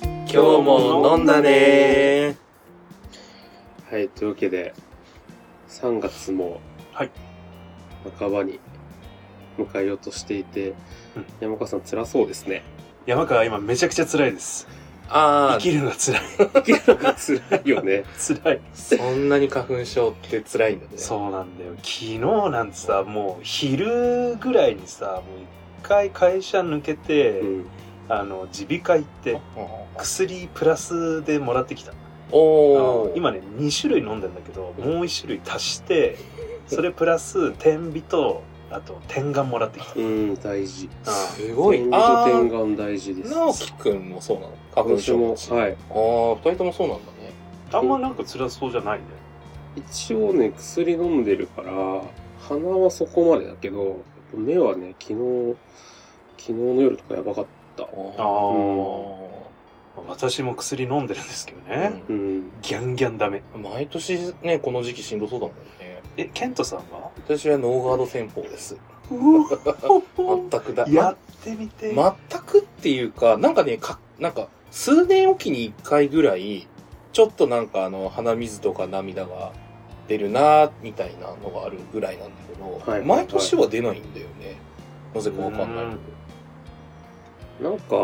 今日も飲んだねはい、というわけで、3月も、はい半ばに迎えようとしていて、うん山川さん辛そうですね。山川は今めちゃくちゃ辛いです生あきるのが辛い生きるのが辛いよね。辛いあ、そんなに花粉症って辛いんだね。そうなんだよ昨日なんてさもう昼ぐらいにさもう一回会社抜けて、 うん。あの耳鼻科行って薬プラスでもらってきたおあのー。今ね2種類飲んでんだけどもう1種類足してそれプラス点鼻とあと点眼もらってきたうん、大事。うすごい。あ天ー、眼大事です。直樹くんもそうなの花粉私症も持、ち。あはい。ー、二人ともそうなんだね。んあんまなんか辛そうじゃないね一応ね、薬飲んでるから、鼻はそこまでだけど、目はね、昨日、昨日の夜とかやばかった。あああ私も薬飲んでるんですけどね、ー。うん。ギャンギャンダメうん毎年ね、この時期しんどそうだもんね。えケントさんは私はノーガード戦法です。 全くだ。やってみて、ま全くっていうか、なんかね、か、なんか、数年おきに一回ぐらい、ちょっとなんかあの、鼻水とか涙が出るな、みたいなのがあるぐらいなんだけど、はい毎年は出ないんだよね。なぜかわかんないけど。なんか、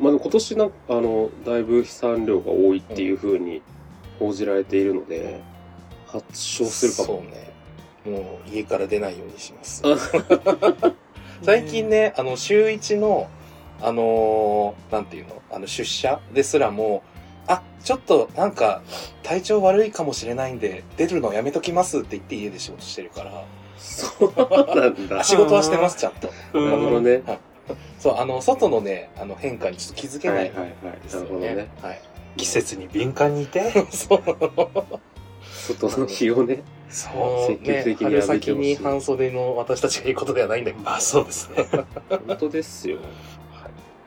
まあ、今年なんか、あの、だいぶ飛散量が多いっていうふうに報じられているので、発症するかも。そうね。もう家から出ないようにしますあ。最近ね、あの、週一の、あのーなんていうの、あの、出社ですらも、あ、ちょっとなんか、体調悪いかもしれないんで、出るのやめときますって言って家で仕事してるから、そうなんだあ。仕事はしてます、ちゃんと。うんなるほどね。そう、あの、外のね、あの、変化にちょっと気づけはいなはいいはい。ですなよるほどねね。。はい。季節に敏感にいてそう。外の日をね。そ積極的にね春やめて先ほしいに半袖の私たちが言うことではないんだけうど。まあそうですね本当ですよ。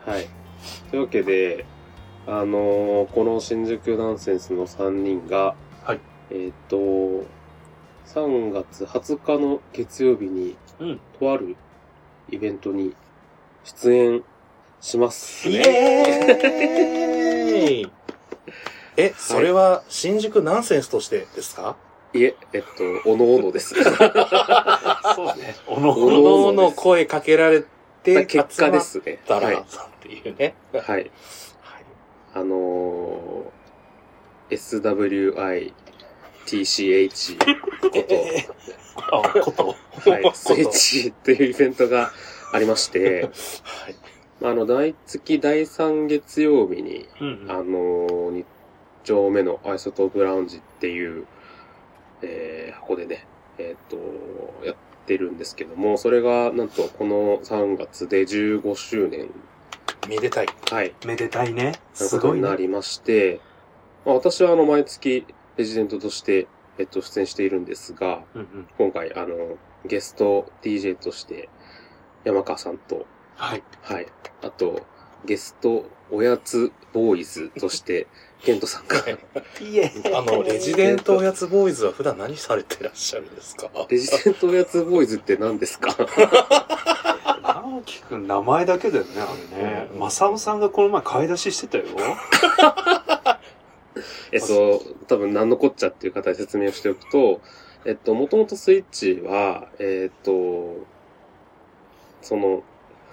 はい。というわけで、あのーこの新宿ナンセンスの3人が、はいえっ、と、3月20日の月曜日に、うんとあるイベントに出演します、イね。エーイえ、それは新宿ナンセンスとしてですかいえ、えっと、おのおの です。そうねおのおおののおの声かけられて結果で集すね。まったはら、いっ。ていうね。ははい。いあのー、SWI、TCH こと、 えあこと はい、スイッチっていうイベントがありまして、はいあの、第月第3月曜日に、うんあのー、2丁目のアイソトープラウンジっていう、えー箱でね、えっ、と、やってるんですけども、それが、なんと、この3月で15周年、めでたい。はい、めでたいねというすことごいになねりまして、まあ、私は、あの、毎月、レジデントとして、えっと、出演しているんですが、うんうん今回、あの、ゲスト DJ として、山川さんと、はいはい。あと、ゲスト、おやつボーイズとして、ケントさんが、イエーイあの、レジデントおやつボーイズは普段何されてらっしゃるんですかレジデントおやつボーイズって何ですか直樹くん名前だけだよねあれねうん正雄さんがこの前買い出ししてたよえっと、多分何のこっちゃっていう方で説明をしておくと、えっと、もともとスイッチは、えっと、その、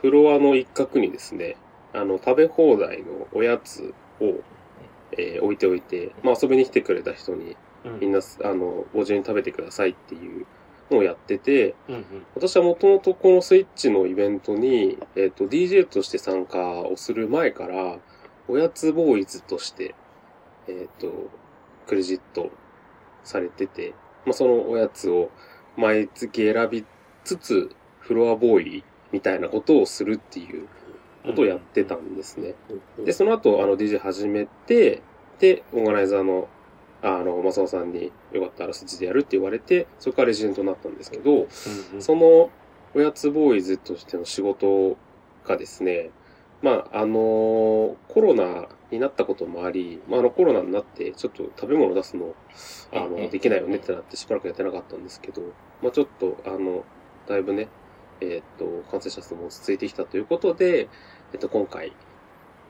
フロアの一角にですね、あの、食べ放題のおやつを、えー置いておいて、まあ、遊びに来てくれた人に、うんみんな、あの、ご自由に食べてくださいっていうのをやってて、うんうん私はもともとこのスイッチのイベントに、えっ、と、DJ として参加をする前から、おやつボーイズとして、えっ、と、クレジットされてて、まあ、そのおやつを毎月選びつつ、フロアボーイみたいなことをするっていうことをやってたんですね。で、その後、あの、DJ 始めて、で、オーガナイザーの、あの、マサオさんに、よかったらそっちでやるって言われて、そこからレジデントになったんですけど、うんうんその、おやつボーイズとしての仕事がですね、まあ、あの、コロナになったこともあり、まあ、あの、コロナになって、ちょっと食べ物出すの、うあんうんの、できないよねってなってしばらくやってなかったんですけど、まあ、ちょっと、あの、だいぶね、えーっと、感染者数も落ち着いてきたということで、えっと、今回、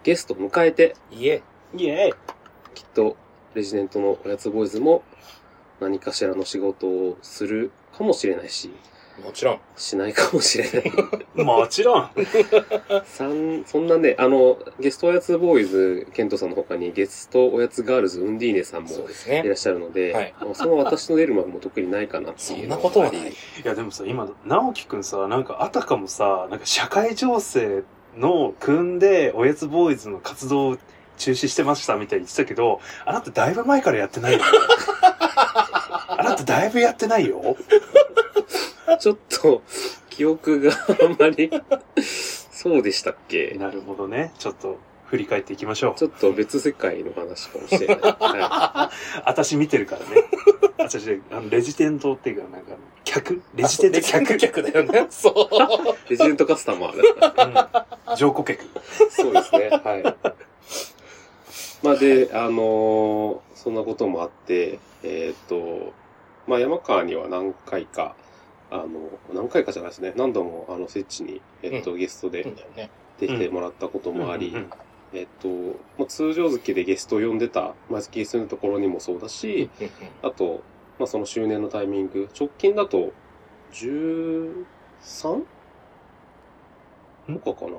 ゲストを迎えて、いえ。イエきっと、レジデントのおやつボーイズも、何かしらの仕事をするかもしれないし、もちろん。しないかもしれない。ーイもちろんさん、そんなね、あの、ゲストおやつボーイズ、ケントさんの他に、ゲストおやつガールズ、ウンディーネさんもそうですいらね。っしゃるので、はいまあその私の出る幕も特にないかなってそいうんなのが。ことはない。いやでもさ今直樹くんさなんかあたかもさなんか社会情勢の組んでおやつボーイズの活動を中止してましたみたいに言ってたけどあなただいぶ前からやってない よあなただいぶやってないよちょっと、記憶があんまり、そうでしたっけなるほどねちょっと振り返っていきましょちょっと別世界の話かもしれない。はう私見てるからね私あのレジテントっていうかなんかあの客レジテント客、客だよね。そう。い、レジデントカスタマーだった。うん、上顧客そうですね。はい。まあで、あのーそんなこともあって、えーっと、まあ山川には何回か、あの、何回かじゃないですね。何度も、あの、設置に、えっと、ゲストでだよね。出てもらったこともあり、うんうんうんえっと、まあ、通常月でゲストを呼んでた、毎月ゲストのところにもそうだし、あと、まあ、その周年のタイミング、直近だと、13? とかかな。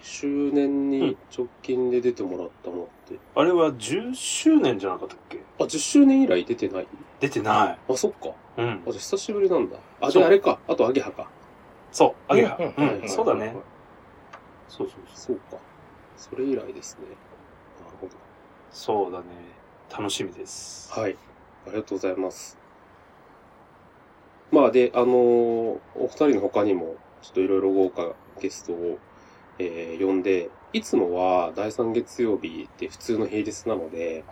周年に直近で出てもらったのって。あれは10周年じゃなかったっけあ、10周年以来出てない出てなあ、そっか。いうんあ、じゃあ久しぶりなんだ。あ、そで、うあれか。あと、アゲハか。そう、アゲハ。うんううんん、そうだはいねはい。そうそうそう。そうか。それ以来ですね。なるほど。そうだね。楽しみです。はい。ありがとうございます。まあで、あのーお二人の他にも、ちょっといろいろ豪華ゲストを、えー呼んで、いつもは第3月曜日って普通の平日なので、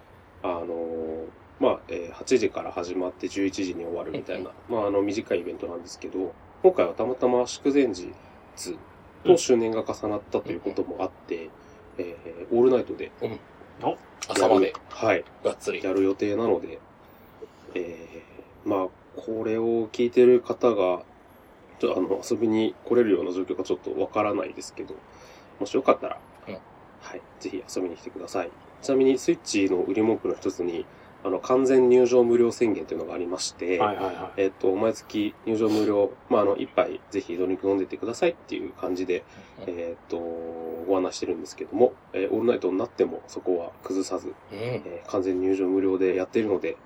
あのーまあ、えー8時から始まって11時に終わるみたいな、まあ、あの、短いイベントなんですけど、今回はたまたま祝前日と周年が重なったということもあって、えーオールナイトで。朝まで、はい。がっつり。やる予定なので、えー、まあ、これを聞いてる方が、ちょあの、遊びに来れるような状況がちょっとわからないですけど、もしよかったら、うんはい、ぜひ遊びに来てください。ちなみに、スイッチの売り文句の一つに、あの、完全入場無料宣言というのがありまして、はいはいはい。えっと、毎月入場無料、まあ、あの、一杯ぜひドリンク飲んでってくださいっていう感じで、えっと、ご案内してるんですけども、えーオールナイトになってもそこは崩さず、うん。えー完全入場無料でやっているので、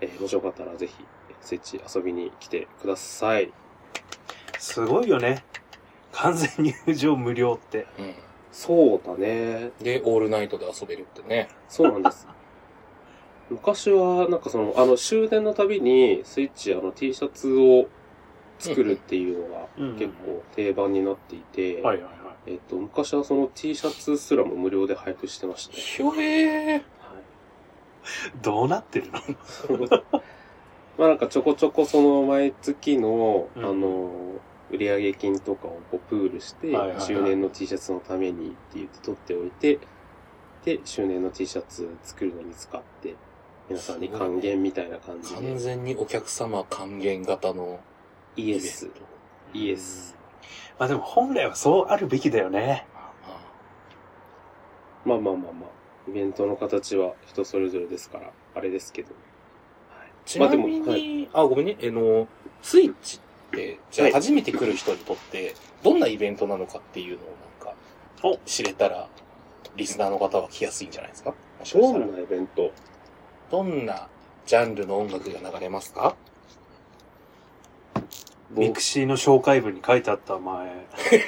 えーもしよかったらぜひ、設置遊びに来てください。すごいよね。完全入場無料って。うん。そうだね。で、オールナイトで遊べるってね。そうなんです。 昔は、なんかその、あの、終電のたびに、スイッチ、あの、T シャツを作るっていうのがうんうん結構定番になっていて、はいはいはい。えっと、昔はその T シャツすらも無料で配布してましたね。ひょえー。どうなってるの まあなんかちょこちょこその毎月の、うんあの、売上金とかをこうプールしはていはいは、い周年の T シャツのためにって言って取っておいて、で、周年の T シャツ作るのに使って、皆さんに還元みたいな感じ完で。全にお客様還元型のイイエス。イエス。まあでも本来はそうあるべきだよね。まあまあまあまあ、イベントの形は人それぞれですから、あれですけど。ちなみまあに、あ、ごめんね、あの、スイッチって、じゃはあい初めて来る人にとって、どんなイベントなのかっていうのをなんか、お知れたら、リスナーの方は来やすいんじゃないですかもしかしどたらんなイベントどんなジャンルの音楽が流れますか ミクシーの紹介文に書いてあった前。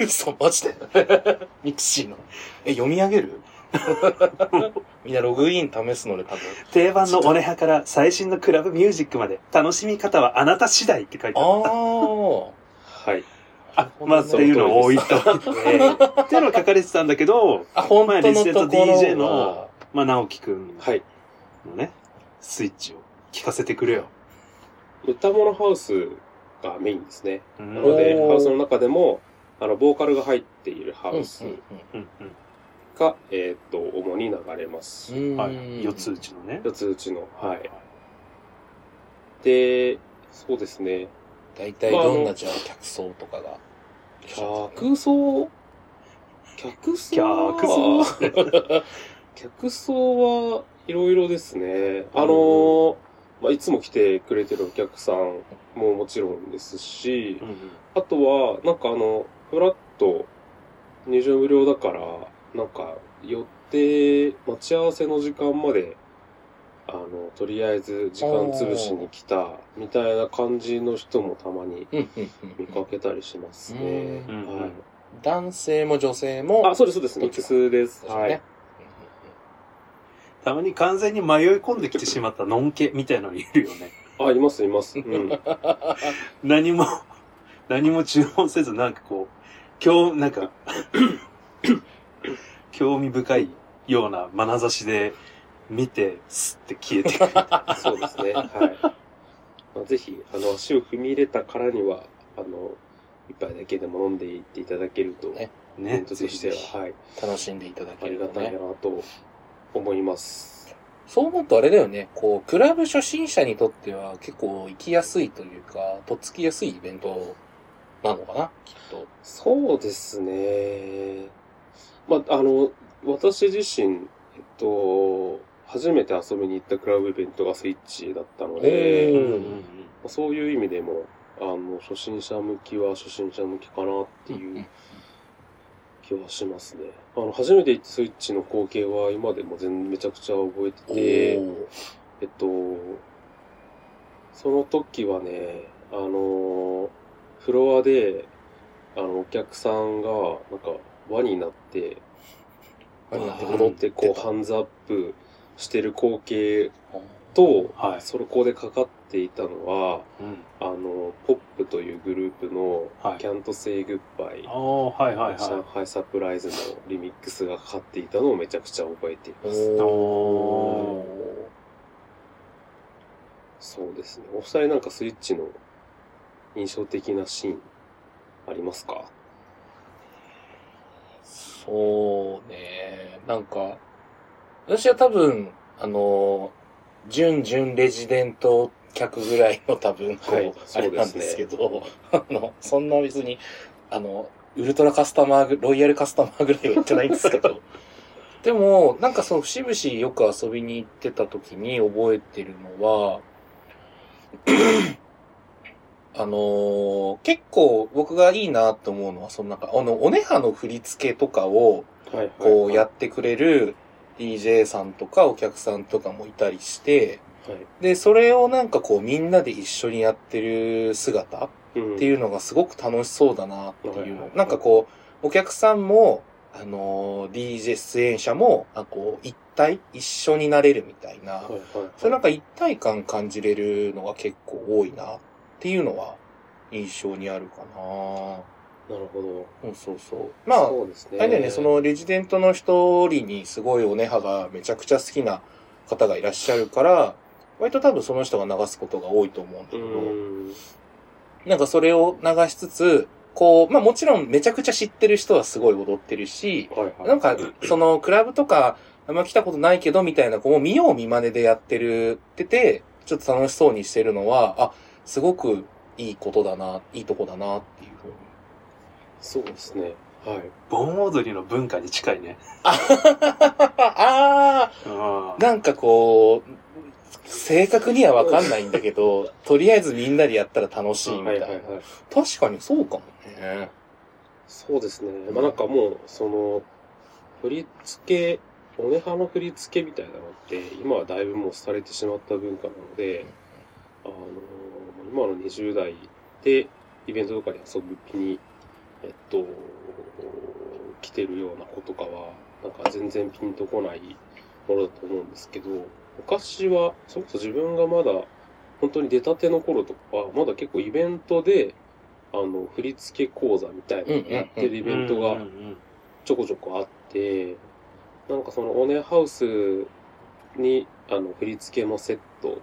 そう、マジで。ミクシーの。え、読み上げ るみんなログイン試すので多分。定番のオネハから最新のクラブミュージックまで、楽しみ方はあなた次第って書いてあった。あはい。あ、まあっていうのを置いといて、っていうのが書かれてたんだけど、あ。あ、本まあ当リのスとナころーとは。 DJ のまあ直樹くんはい。のね、スイッチを聞かせてくれよ。歌物ハウスがメインですね。うなんので、おーハウスの中でも、あの、ボーカルが入っているハうんウスうんが、えーっと、主に流れます。うんう。うんん。はい。四つ打ちのね。四つ打ちの。はい。で、そうですね。大体どんなじゃあ客層とかが。客層客層客は、 客層はいろいろですね。あのーまあ、いつも来てくれてるお客さんももちろんですし、あとは、なんかあの、フラット入場無料だから、なんか寄って待ち合わせの時間まで、あの、とりあえず時間潰しに来たみたいな感じの人もたまにうんうんう見んうかんけたりしますね。うんうんはい。男性も女性もあ、そうです、そうです。ミックスです。はい。ねたまに完全に迷い込んできてしまったのんけみたいなのいるよね。あ、います、います。うん。 何も、何も注文せず、なんかこう、興、なん か、興味深いような眼差しで見て、スッて消えてくる。 そうですね。はい。まあ、ぜひ、あの、足を踏み入れたからには、あの、一杯だけでも飲んでいっていただけると、ねイベねン、トとしてぜひぜは、はい。楽しんでいただあけりるがとたいねなと思います。そう思うとあれだよねこうクラブ初心者にとっては結構行きやすいというかとっつきやすいイベントなのかなきっとそうですね。まあ、あの、私自身、えっと、初めて遊びに行ったクラブイベントがスイッチだったので、へひーうんうんうんまあそういう意味でも、あの、初心者向きは初心者向きかなっていう気はしますね。あの、初めて行ったスイッチの光景は今でも全めちゃくちゃ覚えてて、えっと、その時はね、あの、フロアで、あの、お客さんが、なんか、輪になって、ありがとう踊って、こう、ハンズアップしてる光景と、はいそこでかかっていたのは、うんあの、ポップというグループのはい、キャントセイグッバイ、ああ、はいはい上は海サプライズのリミックスがかかっていたのをめちゃくちゃ覚えていおます。い。ーおーそうですね。お二人なんかスイッチの印象的なシーンありますかそうね。なんか、私は多分、あの、準々レジデント客ぐらいの多分、こう、はいあれそうですねなんですけど、 あの、そんな別に、あの、ウルトラカスタマーぐ、ロイヤルカスタマーぐらいは行ってないんですけど、 でも、なんかその、節々よく遊びに行ってた時に覚えてるのは、あのー結構僕がいいなと思うのは、そのなんか、あの、おねはの振り付けとかを、はい。こうやってくれる DJ さんとかお客さんとかもいたりして、はいで、それをなんかこうみんなで一緒にやってる姿っていううのがすごく楽しそうだなっていうはいはいの。なんかこう、お客さんも、あのー、DJ 出演者も、なんかこう一体一緒になれるみたいな。ん。はいはいはい。それなんか一体感感じれるのが結構多いなっていうのは印象にあるかななるほど。うん、そうそう。まあ、そうですね。あれだよね、そのレジデントの一人にすごいおねはがめちゃくちゃ好きな方がいらっしゃるから、割と多分その人が流すことが多いと思うんだうけど、ん。なんかそれを流しつつ、こう、まあもちろんめちゃくちゃ知ってる人はすごい踊ってるし、はいはい。なんかそのクラブとかあんま来たことないけどみたいな子も見よう見真似でやってるってて、ちょっと楽しそうにしてるのは、あ、すごくいいことだな、いいとこだなっていう ふうにそうですね。はい。盆踊りの文化に近いね。。あーうんなんかこう、正確にはわかんないんだけど、 とりあえずみんなでやったら楽しいみたはいいな。はいはい。確かにそうかもね。そうですね。まあなんかもう、その、振り付け、おねはの振り付けみたいなのって、今はだいぶもう廃れてしまった文化なので、あの、今の20代でイベントとかで遊ぶ気に、えっと、来てるような子とかは、なんか全然ピンとこないものだと思うんですけど、昔は、それこそ自分がまだ、本当に出たての頃とかは、まだ結構イベントで、あの、振り付け講座みたいなのをやってるイベントがうんうんうんちょこちょこあって、なんかそのオネハウスにあの振り付けもセット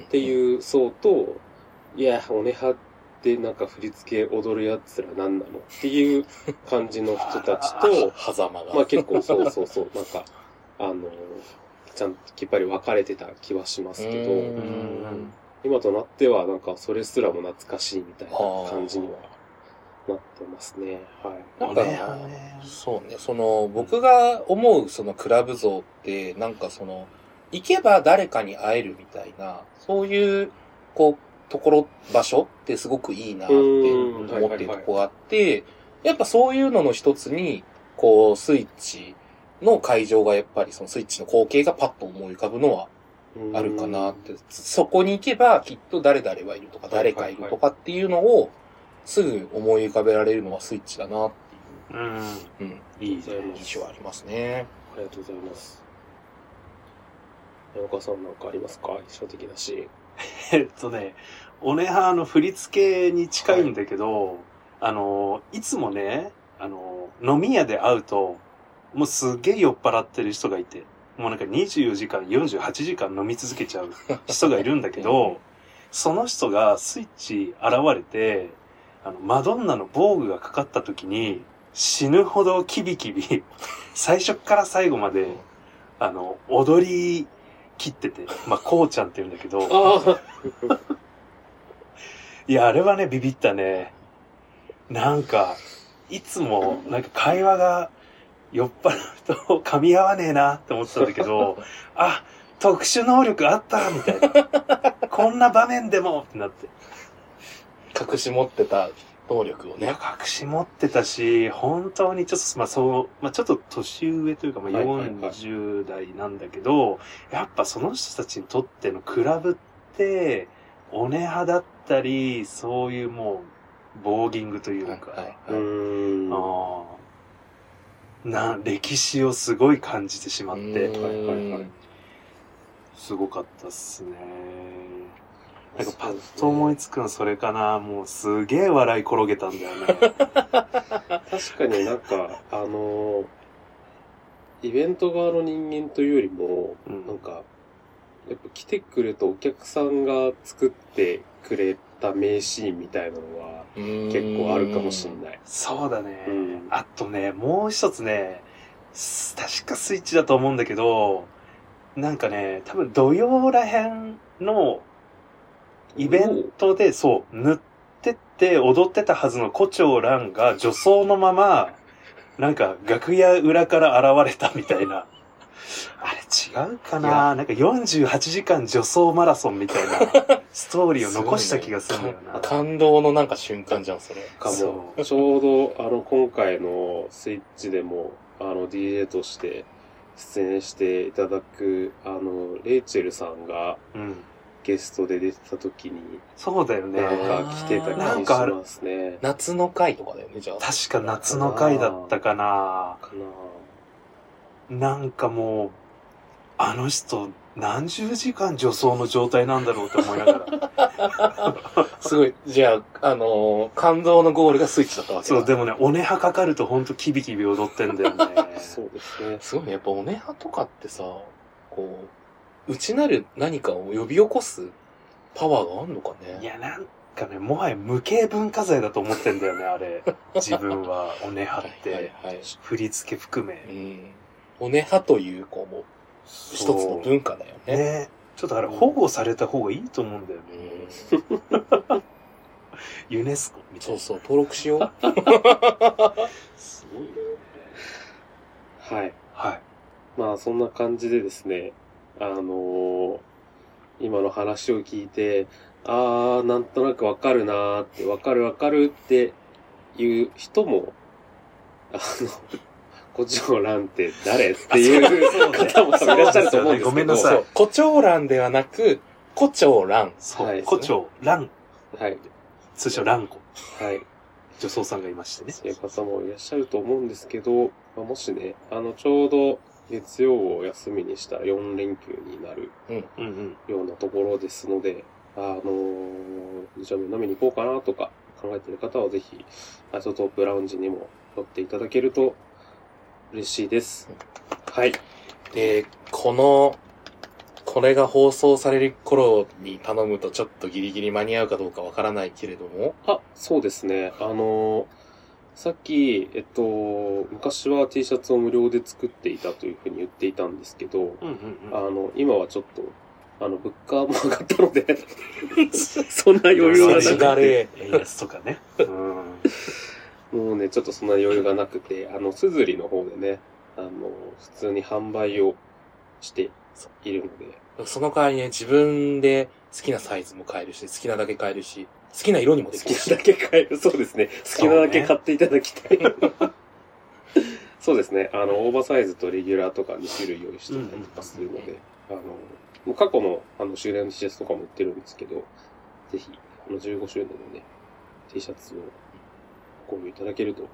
ってうん。、いう層と、いや、オネハでなんか振り付け踊るやつら何なのっていう感じの人たちと 狭間が。まあ結構そうそうそう、なんか、あの、ちゃんときっぱり分かれてた気はしますけうど、ん今となってはなんかそれすらも懐かしいみたいな感じにはなってますね。はい。なんかお礼はねそうね、その、僕が思うそのクラブ像って、なんかその、行けば誰かに会えるみたいな、そういう、こう、ところ、場所ってすごくいいなってうん思ってるとこがあって、やっぱそういうのの一つに、こう、スイッチの会場がやっぱりそのスイッチの光景がパッと思い浮かぶのはあるかなって、そこに行けばきっと誰々はいるとか、誰かいるとかっていうのを、すぐ思い浮かべられるのはスイッチだなっていう。うん。うん、いいじじゃない印象ありますね。ありがとうございます。山岡さんなんかありますか印象的だし。えっとね、オネハの振り付けに近いんだけど、あの、いつもね、あの、飲み屋で会うと、もうすげえ酔っ払ってる人がいて、もうなんか24時間、48時間飲み続けちゃう人がいるんだけど、その人がスイッチ現れて、あの、マドンナの防具がかかった時に、死ぬほどキビキビ、最初から最後まで、あの、踊り切ってて、まあ、こうちゃんって言うんだけど、ああいや、あれはね、ビビったね。なんか、いつも、なんか会話が酔っ払うと噛み合わねえなって思ってたんだけど、あ、特殊能力あったみたいな。こんな場面でもってなって。隠し持ってた能力をいや、ね。隠し持ってたし、本当にちょっと、まあそう、まあちょっと年上というか、まあはいはいはい40代なんだけど、やっぱその人たちにとってのクラブって、オネ派だったり、そういうもう、ボーギングというか、はいはいうん。あーな、歴史をすごい感じてしまっうて、んはいはいはいすごかったっすね。なんかパッと思いつくのそれかな、もうすげえ笑い転げたんだよね。確かになんか、あのイベント側の人間というよりも、うんなんか、やっぱ来てくれたお客さんが作ってくれた名シーンみたいなのは結構あるかもしれい。ない。そうだね、うんあとね、もう一つね、す確かスイッチだと思うんだけど、なんかね、多分土曜らへんのイベントで、そう、塗ってって踊ってたはずの胡蝶蘭が女装のまま、なんか楽屋裏から現れたみたい な。あれ違うかいななんか48時間女装マラソンみたいなストーリーを残した気がするんだよ な。か感動のなんか瞬間じゃん、それ。かもそ。うちょうど、あの、今回のスイッチでも、あの、DJ として出演していただく、あの、レイチェルさんがうん、ゲストで出てた時に、そうだよね。なんか来てた気がなんしかあるますね。夏の回とかだよね、じゃあ。確か夏の回だったかな。かななんかもう、あの人、何十時間女装の状態なんだろうと思いながら。すごい。じゃあ、あのー感動のゴールがスイッチだったわけだそう、でもね、おねはかかるとほんとキビキビ踊ってんだよね。そうですね。すごいね。やっぱ、オネハとかってさ、こう、内なる何かを呼び起こすパワーがあんのかね。いや、なんかね、もはや無形文化財だと思ってんだよね、あれ。自分は、おねははっいはいて。はい。振り付け含うめ。ん。オネハという、こう、もう、一つの文化だよね。ね。ちょっとあれ、保護された方がいいと思うんだよね。うんユネスコみたいそうな。そう、登録しよう。すごいよね。はい。はい。まあ、そんな感じでですね、あのー今の話を聞いて、あー、なんとなくわかるなーって、わかるわかるっていう人も、あの、 こっちのランって誰っていう方も多分いらっしゃると思うんですけど。ごめんなさそ、いう胡蝶蘭ではなく、胡蝶蘭。そう、はい胡蝶、蘭、はい。通称蘭子、はい。女装さんがいましてね。そういう方もいらっしゃると思うんですけど、まあ、もしね、あの、ちょうど月曜を休みにした4連休になるうんうん。ようなところですので、あのー、じゃあ飲みに行こうかなとか考えてる方はぜひ、アイソトープラウンジにも寄っていただけると嬉しいです。はい。で、この、これが放送される頃に頼むとちょっとギリギリ間に合うかどうかわからないけれども。あ、そうですね。あのーさっき、えっと、昔は T シャツを無料で作っていたというふうに言っていたんですけど、うんうんうん。あの、今はちょっと、あの、物価も上がったの で、そんな余裕はなそれくがて、れ円安とかね。うん。もうね、ちょっとそんな余裕がなくて、あの、すずりの方でね、あの、普通に販売をしているので、その代わりね、自分で好きなサイズも買えるし、好きなだけ買えるし、好きな色にもで好きるきしなだ。け買える、そうですね。好きなだけ買っていただきたい。そうですね。あの、オーバーサイズとレギュラーとか2種類用意してたりとかするのうんうんで、あの、もう過去のあの終電の T シャツとかも売ってるんですけど、ぜひ、あの15周年のね、T シャツをご購入いただけると。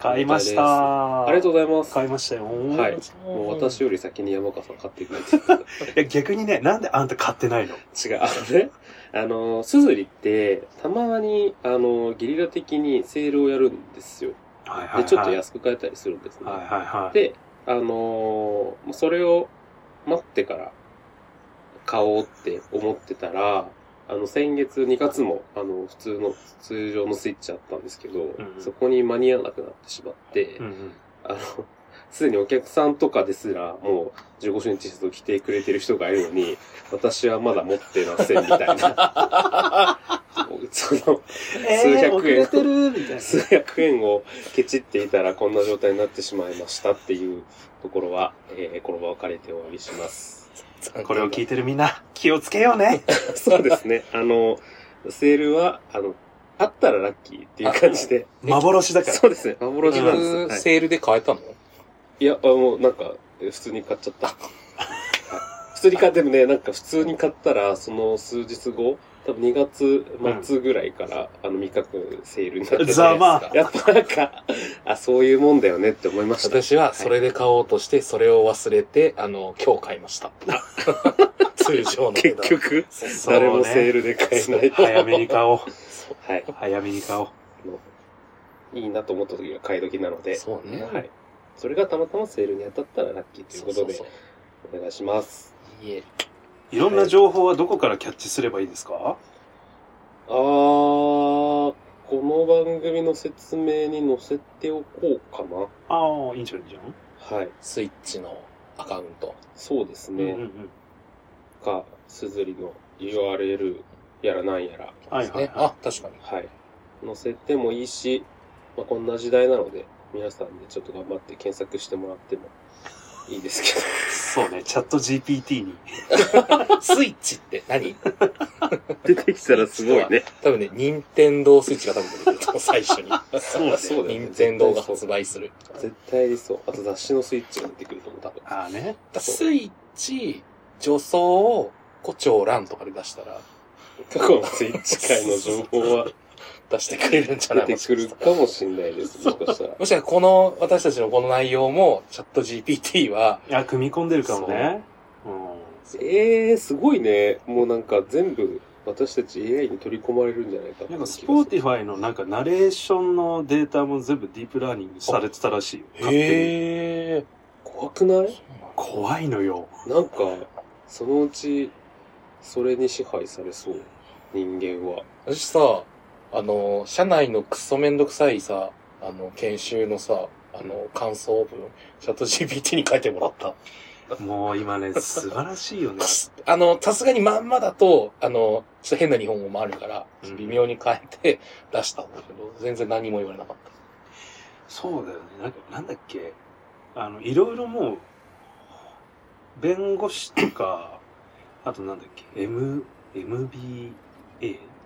買いましあた。りがとううございます。買いましたよ。はいもう私より先に山川さん買ってくれてた。いや、逆にね、なんであんた買ってないの違う。あのね、あの、スズリって、たまに、あの、ゲリラ的にセールをやるんですよ。はいで、ちょっとはい安く買えたりするんですね。はいはい。で、あのーもうそれを待ってから買おうって思ってたら、あの、先月2月も、あの、普通の、通常のスイッチあったんですけど、んうんそこに間に合わなくなってしまって、うんうんあの、すでにお客さんとかですら、もう15周年 T シャツを着てくれてる人がいるのに、私はまだ持ってませんみたいな。 その、数えー遅百円れてるみたいな。数百円をケチっていたらこんな状態になってしまいましたっていうところは、えーこの場を借りてお詫びします。これを聞いてるみんな、気をつけよう ね。そうですね。あの、セールは、あの、あったらラッキーっていう感じで。幻だから。そうですね。幻結なんですよ局、はいセールで買えたのいや、あもうなんか、えー普通に買っちゃった。はい普通に買ってもね、なんか普通に買ったら、その数日後、多分2月末ぐらいから、あの、味覚セールになってて。ざまやっぱなんか、あ、そういうもんだよねって思いました。私はそれで買おうとして、それを忘れて、あの、今日買いま した。通常の値結段。局、そうね誰もセールで買えない。早めに買おう。はい。早めに買おう。あのいいなと思った時が買い時なので、そうね。はい。それがたまたまセールに当たったらラッキーということでそう、お願いします。そういえ。いろんな情報はどこからキャッチすればいいですかあー、この番組の説明に載せておこうかな。ああ、いいんじゃん、いいんじゃん。はい。スイッチのアカウント。そうですうんうんね。うん。か、すずりの URL やらなんやら。はでいすはいね。はあ、確かに。はい。載せてもいいし、まあ、こんな時代なので、皆さんでちょっと頑張って検索してもらってもいいですけど。い。そうね、チャット GPT に。スイッチって何 出てきたらすごいね。多分ね、任天堂スイッチが多分出てくると思う、最初に。そうそうだよね任天堂が発売する。絶対理想。あと雑誌のスイッチが出てくると思う、多分。ああね。そうスイッチ、女装を、胡蝶蘭とかで出したら、過去のスイッチ界の情報 は出してくれるんじゃない出てくるかもしれないです、もしかしたら。もしかしたらこの、私たちのこの内容も、チャット GPT は、いや、組み込んでるかもね。ええー、すごいね。もうなんか全部私たち AI に取り込まれるんじゃないかうん。なんか、スポーティファイのなんか、ナレーションのデータも全部ディープラーニングされてたらしいよ。勝手に。へえ。怖くない怖いのよ。なんか、そのうち、それに支配されそう。人間は。私さ、あの、社内のクソめんどくさいさ、あの、研修のさ、あの、感想文、チャット GPT に書いてもらった。もう今ね、素晴らしいよねく。すあの、さすがにまんまだと、あの、ちょっと変な日本語もあるからうん、微妙に変えて出したんだけど、全然何も言われなかっ。そうだよね。なんか、なんだっけ。あの、いろいろもう、弁護士とか、あとなんだっけ、M、MBA?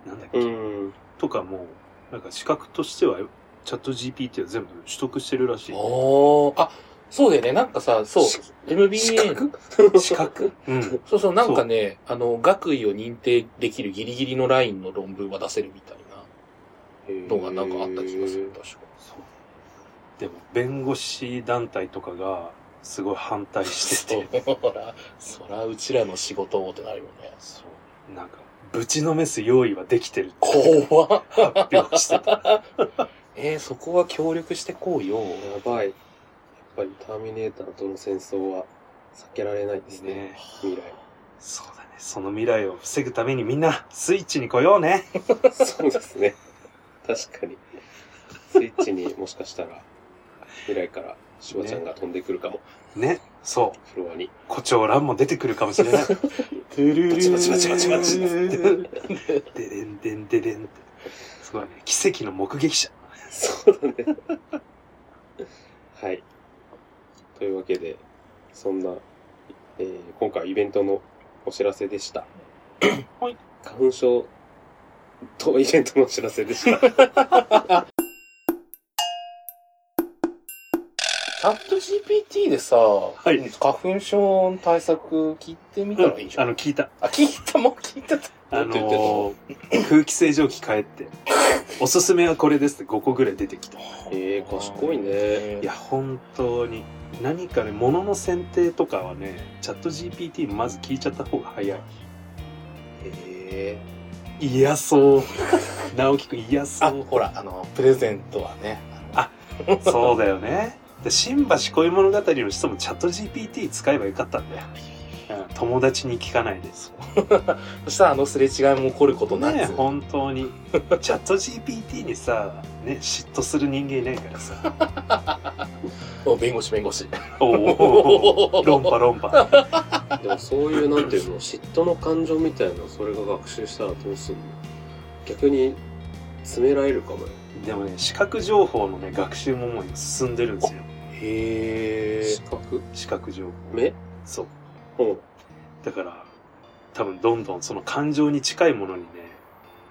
なんだっけ、うん。とかも、なんか資格としては、チャット GPT は全部取得してるらしたい。おー、あ、そうだよね。なんかさ、そう、資 MBA 格資格うん。そうそう、なんかね、あの、学位を認定できるギリギリのラインの論文は出せるみたいなのがなんかあった気がする、。確か。そう。でも、弁護士団体とかが、すごい反対してて、 そうほら、そらうちらの仕事をってなるよね。そう。なんか、ぶちのめす用意はできてるって怖っ。発表してた。えー、そこは協力してこうよ。やばい。やっぱりターミネーターとの戦争は避けられないですね。ね未来。そうだね。その未来を防ぐためにみんな、スイッチに来ようね。そうですね。確かに。スイッチにもしかしたら、未来から、しばちゃんが飛んでくるかも、ね。そう。フロアに。胡蝶蘭も出てくるかもしれ ない。バチバチバチバチバチって。でれんでんでれんって。すごいね。奇跡の目撃者。そうだね。はい。というわけで、そんな、えー今回イベントのお知らせでした。はい。花粉症とイベントのお知らせでした。 チャット GPT でさ、い花粉症の対策聞いてみたらいいじゃあん。の、聞いた。あ、聞いた、もう聞いてた。あなんて言ってたのー、空気清浄機変えて、おすすめはこれですって5個ぐらい出てきた。えー、賢いね。えいや、本当に。何かね、物の選定とかはね、チャット GPT まず聞いちゃった方が早い。え嫌そう。直樹くん嫌そあ、う。ほら、あの、プレゼントはね。あそうだよね。で新橋恋物語の人もチャット GPT 使えばよかったんだよ。うん友達に聞かないです。そしたらあのすれ違いも起こることなねく。本当に。チャット GPT にさ、ね、嫉妬する人間いないからさ。お弁護士、弁護士。おおおお論破論破。でもそういう、なんていうの、嫉妬の感情みたいなの、それが学習したらどうすんの逆に、詰められるかもよ。でもね、視覚情報のね、学習ももう今進んでるんですよ。へ視覚視覚情報。目そう。うん。だから、多分どんどんその感情に近いものにね、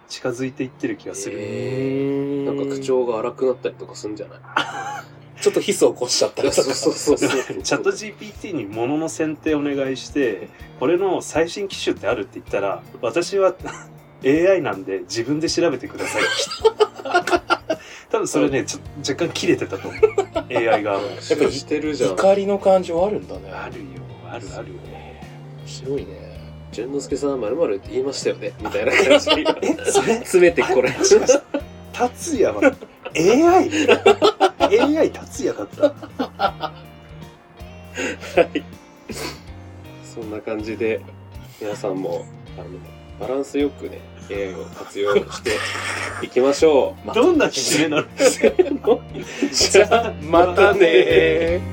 近づいていってる気がする。えなんか口。調が荒くなったりとかすんじゃないちょっとヒスを起こしちゃったりとか そうそうそチうそう ャット GPT にものの選定お願いして、これの最新機種ってあるって言ったら、私は AI なんで自分で調べてください。 多分それね、ちょ若干切れてたと思う。AI が。やっぱしてるじゃん。怒りの感情あるんだね。あるよ、あるあるよね。白いね。淳之介さんまるまるって言いましたよねみたいな感じでえ、それ、詰めてこられもしかして 達也は AI?AI 達也だった。そんな感じで皆さんもあのバランスよくね AI を活用していきましょ う。どんな締めなのじゃあまたねー。